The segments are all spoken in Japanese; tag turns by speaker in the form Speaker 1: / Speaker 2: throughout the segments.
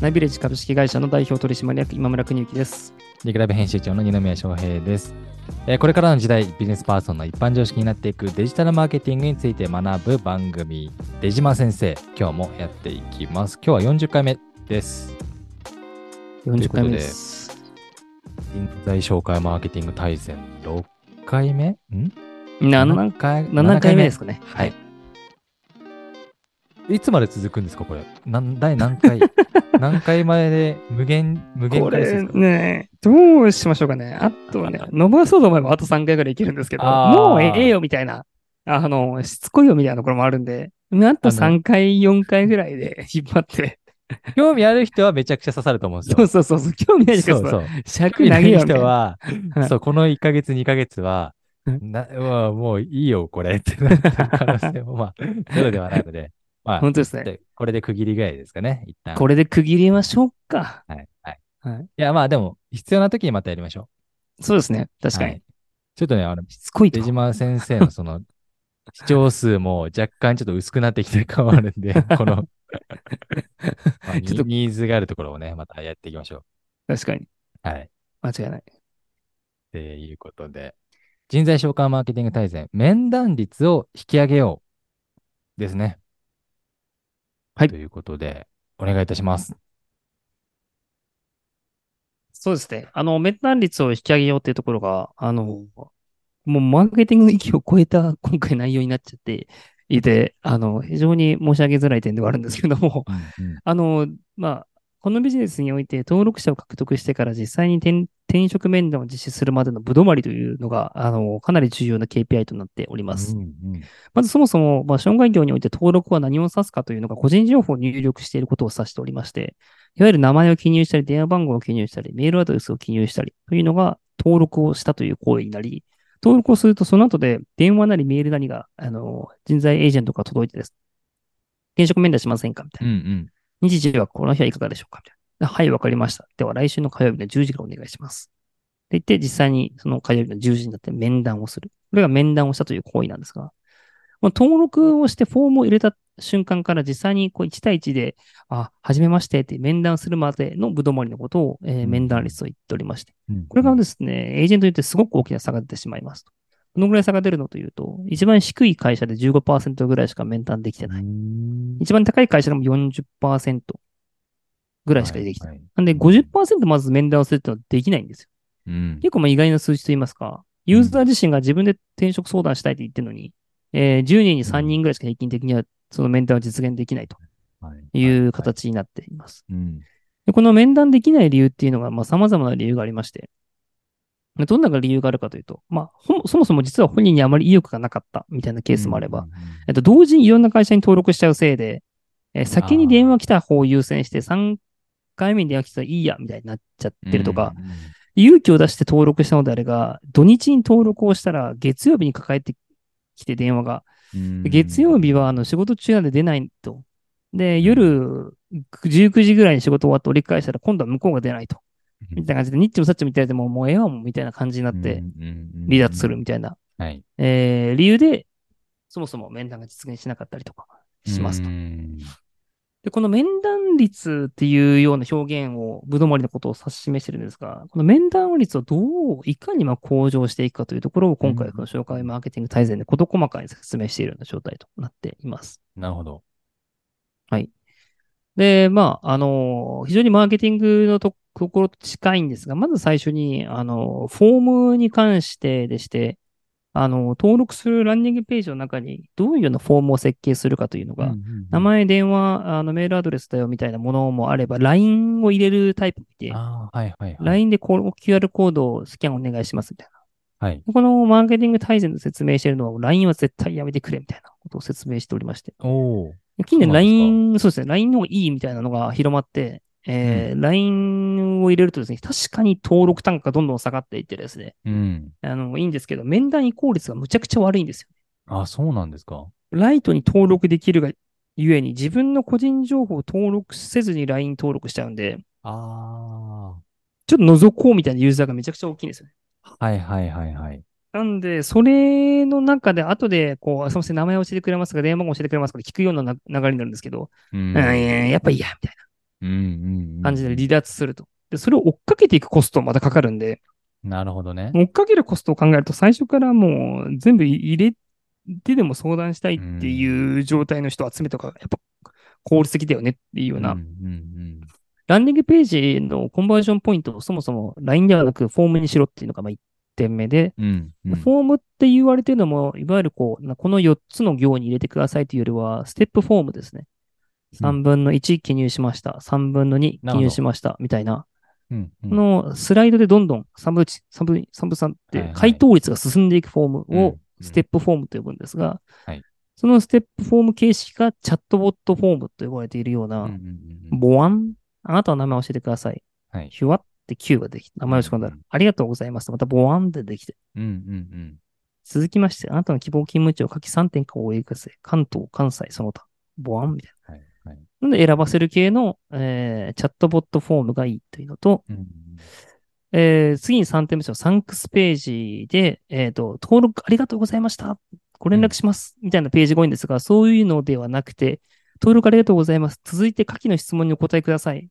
Speaker 1: ナイビレッジ株式会社の代表取締役、今村邦之です。
Speaker 2: リクライブ編集長の二宮翔平です、えーこれからの時代、ビジネスパーソンの一般常識になっていくデジタルマーケティングについて学ぶ番組、出島先生、今日もやっていきます。今日は40回目です。
Speaker 1: 40回目です。
Speaker 2: 人材紹介マーケティング大全6回目ん
Speaker 1: 7,
Speaker 2: 回
Speaker 1: 7回目です。かね。
Speaker 2: はい。いつまで続くんですか、これ。なん第何 回何回前で無限、無限
Speaker 1: こ
Speaker 2: 回数で
Speaker 1: れ
Speaker 2: すか
Speaker 1: ね、どうしましょうかね。あとね、伸ばそうと思えばあと3回ぐらいいけるんですけど、
Speaker 2: あー
Speaker 1: もうええよみたいな、あの、しつこいよみたいなところもあるんで、なんと3回、4回ぐらいで 引っ張って、
Speaker 2: 興味ある人はめちゃくちゃ刺さると思うんですよ。
Speaker 1: そうそうそうそう、興味ないですけ
Speaker 2: そう
Speaker 1: ど、
Speaker 2: そう。
Speaker 1: 尺
Speaker 2: 興味
Speaker 1: 投
Speaker 2: な
Speaker 1: げ
Speaker 2: い
Speaker 1: よみたい
Speaker 2: 人
Speaker 1: な。
Speaker 2: は
Speaker 1: はい、
Speaker 2: そう、この1ヶ月、2ヶ月は、
Speaker 1: うん
Speaker 2: なうわもういいよ、これってなってる可能性も、ま あ、ゼロではないので、まあ
Speaker 1: 本当ですね。
Speaker 2: で、これで区切りぐらいですかね、一旦。
Speaker 1: これで区切りましょうか。
Speaker 2: はい。はい。
Speaker 1: はい
Speaker 2: いや、まあ、でも、必要な時にまたやりましょ
Speaker 1: そうですね。
Speaker 2: う。
Speaker 1: 確かに。
Speaker 2: はいちょっとね、 あの、
Speaker 1: しつこいと
Speaker 2: 手。島先生のその、視聴数も若干ちょっと薄くなってきてる感はあるんで、こ の、まあ、
Speaker 1: ちょっと
Speaker 2: ニーズがあるところをね、またやっていきましょ
Speaker 1: 確かに。
Speaker 2: う。はい。
Speaker 1: 間違いない。
Speaker 2: っていうことで、人材紹介マーケティング大全、面談率を引き上げようですね。
Speaker 1: はい
Speaker 2: ということで、お願いいたします。
Speaker 1: そうですね。あの、面談率を引き上げようっていうところが、あの、もうマーケティングの域を超えた今回内容になっちゃっていて、あの、非常に申し上げづらい点ではあるんですけども、 あの、まあ、このビジネスにおいて登録者を獲得してから実際に転転職面談を実施するまでのぶどまりというのが、あの、かなり重要な KPI となっております。
Speaker 2: うんうん
Speaker 1: まずそもそも、まあ、障害業において登録は何を指すかというのが個人情報を入力していることを指しておりまして、いわゆる名前を記入したり、電話番号を記入したり、メールアドレスを記入したりというのが登録をしたという行為になり、登録をするとその後で電話なりメールなりが、あの、人材エージェントから届いてです。転職面談しませんかみた
Speaker 2: う
Speaker 1: いな。
Speaker 2: ん
Speaker 1: 日時はこの日はいかがでしょうかみたいな。はい、わかりました。では来週の火曜日の10時からお願いします。で言って、実際にその火曜日の10時になって面談をする。これが面談をしたという行為なんですが、まあ、登録をしてフォームを入れた瞬間から実際にこう1対1で、あ、はじめましてって面談するまでのぶどまりのことを、えー
Speaker 2: うん
Speaker 1: 面談率と言っておりまして、
Speaker 2: うん。
Speaker 1: これがですね、エージェントによってすごく大きな差が出てしまいますと。どのぐらい差が出るのというと、一番低い会社で15%ぐらいしか面談できて
Speaker 2: う
Speaker 1: ない。
Speaker 2: ん、
Speaker 1: 一番高い会社でも40%ぐらいしかできてない。
Speaker 2: はいはい
Speaker 1: なんで50%まず面談をするってのはできないんですよ。
Speaker 2: うん
Speaker 1: 結構まあ意外な数字と言いますか、ユーザー自身が自分で転職相談したいって言ってるのに、えー10人に3人ぐらいしか平均的にはその面談を実現できないと
Speaker 2: はい
Speaker 1: いう形になっています。
Speaker 2: はいうん
Speaker 1: でこの面談できない理由っていうのが、まあ、様々な理由がありまして、まあどんな理由があるかというと、まあ、ほそもそも実は本人にあまり意欲がなかったみたいなケースもあれば、
Speaker 2: うんうん
Speaker 1: えっと、同時にいろんな会社に登録しちゃうせいで、えー先に電話来た方を優先して、3回目に電話来たらいいや、みたいになっちゃってるとか、、勇気を出して登録したのであれが、土日に登録をしたら、月曜日に抱えてきて電話が、
Speaker 2: うんうん
Speaker 1: で月曜日はあの仕事中なんで出ないと。で、夜19時ぐらいに仕事終わって折り返したら、今度は向こうが出ないと。みたいな感じで、ニッチもサッチも言ってられても、もうええわもうみたいな感じになって、離脱するみたいな、
Speaker 2: たい
Speaker 1: えー理由で、そもそも面談が実現しなかったりとかしますと。で、この面談率っていうような表現を、ぶどまりのことを指し示してるんですが、この面談率をどう、いかにまあ向上していくかというところを、今回、
Speaker 2: うん
Speaker 1: この紹介マーケティング大全で事細かに説明しているような状態となっています。
Speaker 2: なるほど。
Speaker 1: で、まあ、あの、非常にマーケティングのとところと近いんですが、まず最初に、あの、フォームに関してでして、あの、登録するランディングページの中に、どういうようなフォームを設計するかというのが、名前、電話、あのメールアドレスだよみたいなものもあれば、LINE を入れるタイプもいて、
Speaker 2: ああ、はいはいはい。
Speaker 1: LINE でこの QR コードをスキャンお願いしますみたい
Speaker 2: はい。
Speaker 1: な。このマーケティング大全で説明しているのは、LINE は絶対やめてくれみたいなことを説明しておりまして。
Speaker 2: おお。
Speaker 1: 近年
Speaker 2: そうなんで
Speaker 1: LINE、
Speaker 2: すか
Speaker 1: そうですね、LINE の方がいいみたいなのが広まって、えー LINE を入れるとですね、確かに登録単価がどんどん下がっていってですね、
Speaker 2: うん。
Speaker 1: あの、いいんですけど、面談移行率がむちゃくちゃ悪いんですよ。
Speaker 2: あ、そうなんですか。
Speaker 1: ライトに登録できるがゆえに、自分の個人情報を登録せずに LINE 登録しちゃうんで、
Speaker 2: あ
Speaker 1: ちょっと覗こうみたいなユーザーがめちゃくちゃ大きいんですよね。
Speaker 2: あ。はいはいはいはい。
Speaker 1: なんで、それの中で、後で、こう、あすみません、名前教えてくれますか、電話番号教えてくれますか、聞くようなな流れになるんですけど、
Speaker 2: う
Speaker 1: うんん、いややっぱいいや、みたい
Speaker 2: うんうんうん
Speaker 1: 感じで離脱すると。で、それを追っかけていくコストもまたかかるんで、
Speaker 2: なるほどね。
Speaker 1: 追っかけるコストを考えると最初からもう全部入れてでも相談したいっていう状態の人を集めとか、やっぱ効率的だよねっていうような、
Speaker 2: んうん
Speaker 1: ランディングページのコンバージョンポイントをそもそも LINE ではなくフォームにしろっていうのがまあ1点目で、
Speaker 2: うんうんうん
Speaker 1: フォームって言われてるのも、いわゆるこう、なこの4つの行に入れてくださいというよりは、ステップフォームですね。
Speaker 2: うん
Speaker 1: 3分の1記入しました。3分の2記
Speaker 2: なるほど
Speaker 1: 入しました。みたいな。
Speaker 2: うんうん
Speaker 1: このスライドでどんどん3分1、3分、3分3っ
Speaker 2: はいは
Speaker 1: て
Speaker 2: い
Speaker 1: 回答率が進んでいくフォー
Speaker 2: うん
Speaker 1: ム
Speaker 2: う
Speaker 1: を
Speaker 2: ん
Speaker 1: ステップフォームと呼ぶんですが
Speaker 2: はい、
Speaker 1: そのステップフォーム形式がチャットボットフォームと呼ばれているよう
Speaker 2: うんう
Speaker 1: な、
Speaker 2: んうん
Speaker 1: ボワン、あなたの名前を教えてください。
Speaker 2: はい
Speaker 1: ヒュワって Q ができて、名前を打ち込んだら
Speaker 2: うん、
Speaker 1: ありがとうございますと。またボワンってできて、
Speaker 2: うんうん
Speaker 1: 続きまして、あなたの希望勤務地を書き3点かお追いください。関東、関西、その他、ボアンみたい
Speaker 2: うんはいはい
Speaker 1: な。なんで選ばせる系の、えーチャットボットフォームがいいというのと、
Speaker 2: うんうん
Speaker 1: えー次に3点目のサンクスページで、えっ、と、登録ありがとうございました。ご連絡します。みたいなページが多いんですが、そういうのではなくて、登録ありがとうございます。続いて下記の質問にお答えください。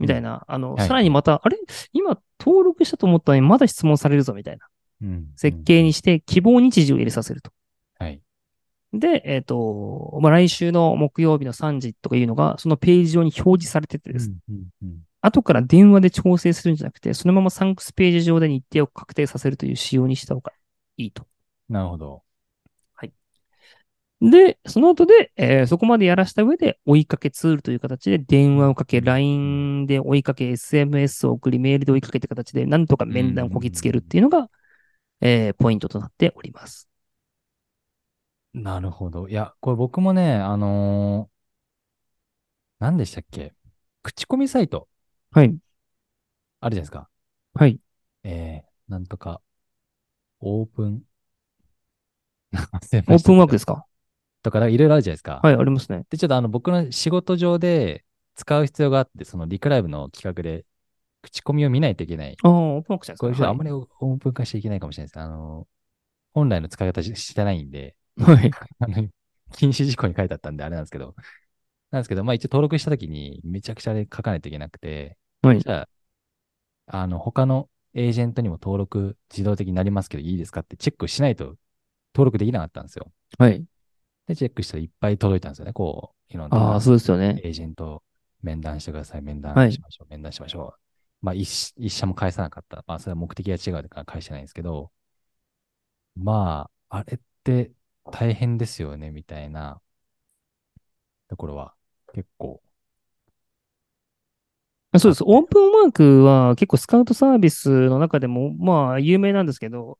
Speaker 1: みたいな、あの、
Speaker 2: はい
Speaker 1: さらにまた、あれ今登録したと思ったのにまだ質問されるぞみたいな
Speaker 2: うん
Speaker 1: 設計にして希望日時を入れさせると。
Speaker 2: はい
Speaker 1: で、えっ、と、まあ、来週の木曜日の3時とかいうのが、そのページ上に表示されててです、ね
Speaker 2: うんうんうん
Speaker 1: 後から電話で調整するんじゃなくて、そのままサンクスページ上で日程を確定させるという仕様にした方がいいと。
Speaker 2: なるほど。
Speaker 1: で、その後で、えーそこまでやらした上で、追いかけツールという形で、電話をかけ、LINE で追いかけ、SMS を送り、メールで追いかけって形で、なんとか面談をこぎつけるっていうのが、えーポイントとなっております。
Speaker 2: なるほど。いや、これ僕もね、あのー、何でしたっけ口コミサイト
Speaker 1: はい。
Speaker 2: あるじゃないですか。
Speaker 1: はい。
Speaker 2: えー、なんとか、オープン。 オ
Speaker 1: オープンワークですすか
Speaker 2: とか、なんかいろいろあるじゃないですか。
Speaker 1: はい、ありますね。
Speaker 2: で、ちょっとあの、僕の仕事上で使う必要があって、そのリクライブの企画で、口コミを見ないといけない。
Speaker 1: ああ、オープンワークじゃないですか。
Speaker 2: これちょっとあんまりオオープン化しちゃいけないかもしれないです。あの、本来の使い方ししてないんで、
Speaker 1: はい。はい。
Speaker 2: あの、禁止事項に書いてあったんで、あれなんですけど。なんですけど、まあ一応登録したときに、めちゃくちゃあれ書かないといけなくて、
Speaker 1: はい
Speaker 2: じゃあ、あの、他のエージェントにも登録自動的になりますけど、いいですかってチェックしないと登録できなかったんですよ。
Speaker 1: はい。
Speaker 2: で、チェックしたらいっぱい届いたんですよね、こう、いろんな。
Speaker 1: ああ、そうですよね。
Speaker 2: エージェント面談してください、面談
Speaker 1: はい
Speaker 2: しましょう、面談しましょう。まあ一、一社も返さなかった。まあ、それは目的が違うから返してないんですけど、まあ、あれって大変ですよね、みたいなところは結構。
Speaker 1: そうです。オープンワークは結構スカウトサービスの中でも、まあ、有名なんですけど、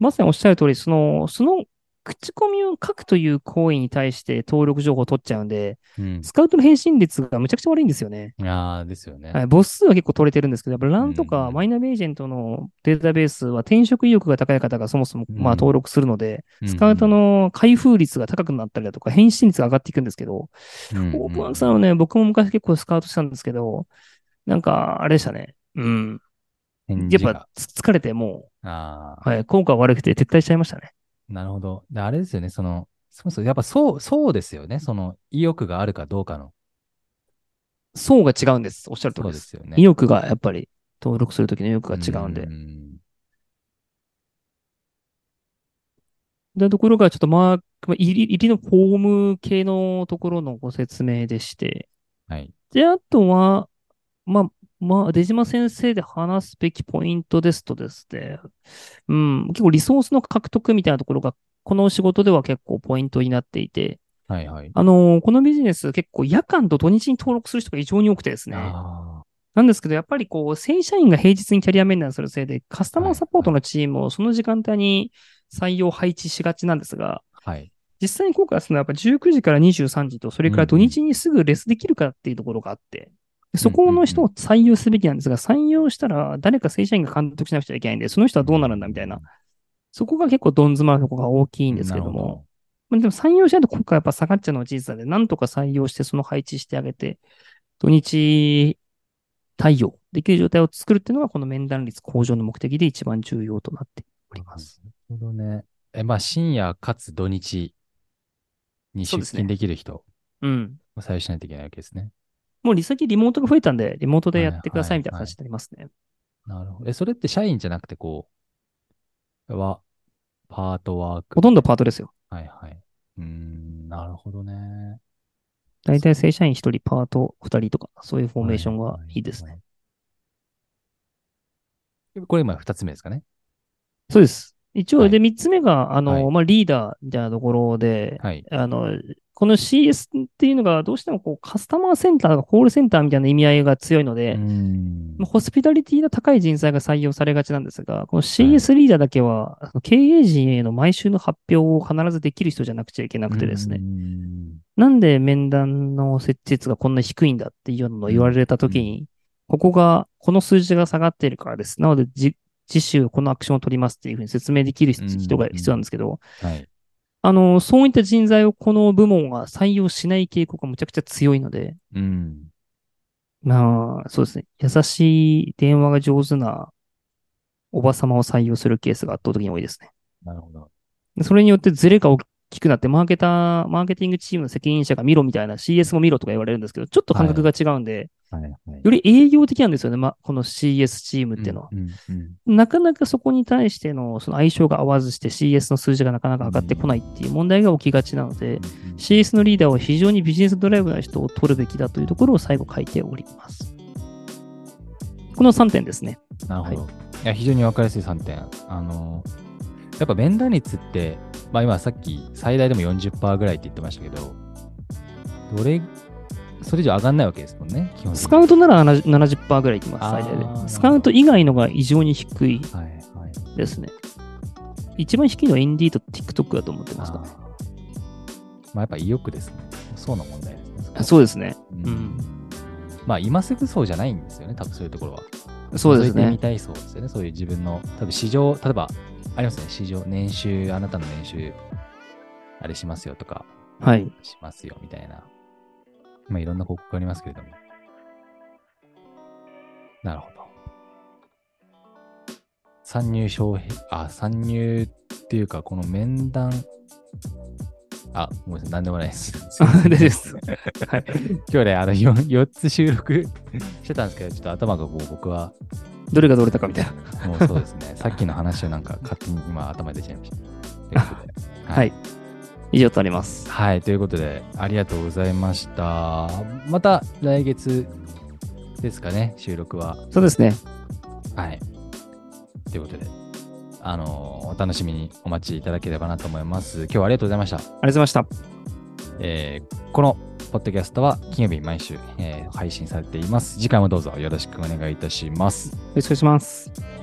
Speaker 1: まさにおっしゃる通り、その、その、口コミを書くという行為に対して登録情報を取っちゃうんで、
Speaker 2: うん。
Speaker 1: スカウトの返信率がむちゃくちゃ悪いんですよね。
Speaker 2: ああ、ですよね。
Speaker 1: はい、母数は結構取れてるんですけど、やっぱ LAN と
Speaker 2: う
Speaker 1: か
Speaker 2: ん
Speaker 1: マイナビエージェントのデータベースは転職意欲が高い方がそもそもまあ
Speaker 2: うん
Speaker 1: 登録するので、
Speaker 2: うん
Speaker 1: スカウト、の開封率が高くなったりだとか、返信率が上がっていくんですけど、オープンワークさんはね、僕も昔結構スカウトしたんですけど、なんか、あれでしたね。うん。
Speaker 2: ん
Speaker 1: やっぱ、、つ疲れても
Speaker 2: あ
Speaker 1: う、はい、効果が悪くて撤退しちゃいましたね。
Speaker 2: なるほど。で、あれですよね、その、そもそも、やっぱそう、そうですよね、その、意欲があるかどうかの。
Speaker 1: 層が違うんです。おっしゃる通
Speaker 2: そ
Speaker 1: り
Speaker 2: う
Speaker 1: で。
Speaker 2: ですすよね。
Speaker 1: 意欲がやっぱり、登録するときの意欲が違うんで。
Speaker 2: う
Speaker 1: と、
Speaker 2: ん
Speaker 1: いうところが、ちょっとマーク、まあ入り入りのフォーム系のところのご説明でして。
Speaker 2: はい。
Speaker 1: で、あとは、まあ、まあ、出島先生で話すべきポイントですとですね、うん、結構リソースの獲得みたいなところが、この仕事では結構ポイントになっていて、
Speaker 2: はいはい。
Speaker 1: あのーこのビジネス結構夜間と土日に登録する人が異常に多くてですね、
Speaker 2: あ
Speaker 1: なんですけど、やっぱりこう、正社員が平日にキャリア面談するせいで、カスタマーサポートのチームをその時間帯に採用配置しがちなんですが、
Speaker 2: あ、はい。
Speaker 1: 実際に効果するのはやっぱ19時から23時と、それから土日にすぐレスできるかっていうところがあって、そこの人を採用すべきなんですが、採用したら誰か正社員が監督しなくちゃいけないんで、その人はどうなるんだみたいな、そこが結構どん詰まるところが大きい
Speaker 2: い
Speaker 1: んですけども、。まあ、でも採用しないと効果はやっぱ下がっちゃうのは事実なんで、なんとか採用してその配置してあげて、土日対応できる状態を作るっていうのが、この面談率向上の目的で一番重要となっております。
Speaker 2: なるほどね。え、まあ、深夜かつ土日に
Speaker 1: そう
Speaker 2: 出
Speaker 1: ですね
Speaker 2: 勤できる人
Speaker 1: うん。
Speaker 2: を採用しないといけないわけですね。
Speaker 1: もう、最近リモートが増えたんで、リモートでやってください
Speaker 2: はいはい
Speaker 1: みたいな感じになりますね。
Speaker 2: なるほど。え、それって社員じゃなくて、こう、は、パートワーク。
Speaker 1: ほとんどパートですよ。
Speaker 2: はいはい。うーん、なるほどね。
Speaker 1: 大体正社員1人、パート2人とか、そういうフォーメーションがいいですね。
Speaker 2: ね。これ今二つ目ですかね。
Speaker 1: そうです。一応、
Speaker 2: はい
Speaker 1: で、3つ目が、あの、
Speaker 2: はい
Speaker 1: まあ、リーダーみたいなところで、
Speaker 2: はい。
Speaker 1: あの、この CS っていうのが、どうしてもこうカスタマーセンターとかコールセンターみたいな意味合いが強いの
Speaker 2: う
Speaker 1: で、
Speaker 2: ーん
Speaker 1: まあホスピタリティの高い人材が採用されがちなんですが、この CS リーダーだけは、あの経営陣への毎週の発表を必ずできる人じゃなくちゃいけなくてですね
Speaker 2: うー、ん
Speaker 1: なんで面談の設置率がこんな低いんだっていうようなのを言われたときに、ここが、この数字が下がっているからです。なので、じ次週このアクションを取りますっていうふうに説明できる人
Speaker 2: うん
Speaker 1: 人が必要なんですけど、
Speaker 2: はい。
Speaker 1: あの、そういった人材をこの部門は採用しない傾向がむちゃくちゃ強いので、
Speaker 2: うん。
Speaker 1: まあ、そうですね。優しい電話が上手なおばさまを採用するケースが圧倒的に多いですね。
Speaker 2: なるほど。
Speaker 1: それによってズレが大きくなって、マーケター、マーケティングチームの責任者が見ろみたいな、CS も見ろとか言われるんですけど、ちょっと感覚が違うんで、
Speaker 2: はいはい。
Speaker 1: より営業的なんですよね、まあ、この CS チームっていうのは。
Speaker 2: んうん
Speaker 1: なかなかそこに対してのその相性が合わずして CS の数字がなかなか上がってこないっていう問題が起きがちなので、CS のリーダーは非常にビジネスドライブな人を取るべきだというところを最後書いております。この3点ですね。
Speaker 2: なるほど。い、や、非常に分かりやすい3点。あの、やっぱ面談率って、まあ今さっき最大でも40%ぐらいって言ってましたけど、どれ、それ以上上がんないわけですもんね、基本的に
Speaker 1: スカウトなら70 70%ぐらいいきます、
Speaker 2: あー
Speaker 1: 最
Speaker 2: なるほ
Speaker 1: 大
Speaker 2: ど
Speaker 1: で。スカウト以外のが異常に低い
Speaker 2: はいはい。
Speaker 1: ですね。一番低いのはインディーと TikTok だと思ってますかね。
Speaker 2: あーまあやっぱ意欲ですね。そうな問題ですね。そこは
Speaker 1: そうですね。
Speaker 2: うん
Speaker 1: うん。
Speaker 2: まあ今すぐそうじゃないんですよね、多分そういうところは。
Speaker 1: そうです
Speaker 2: 覗いてみ
Speaker 1: ね。
Speaker 2: たいそうですよね。そういう自分の、多分市場、例えば、ありますね、市場、年収、あなたの年収、あれしますよとか、
Speaker 1: はい。
Speaker 2: しますよみたいな。まあ、いろんな広告がありますけれども。なるほど。参入障壁、あ、参入っていうか、この面談、あ、ごめんなさい、なんでもないです。
Speaker 1: 大丈夫 です。はい。
Speaker 2: 今日ね、あの4、4つ収録してたんですけど、ちょっと頭がもう僕は、
Speaker 1: どれがどれだかみたいな。
Speaker 2: もうそうですね、 さっきの話をなんか勝手に今頭に出ちゃいました。ということ で
Speaker 1: はい。以上となります。
Speaker 2: はい、ということで、ありがとうございました。また来月ですかね、収録は。
Speaker 1: そうですね。
Speaker 2: はい。ということで、あのーお楽しみにお待ちいただければなと思います。今日はありがとうございました。
Speaker 1: ありがとうございました。
Speaker 2: えーこのポッドキャストは金曜日に毎週、えー配信されています。次回もどうぞよろしくお願いいたします。
Speaker 1: よろしくお願いします。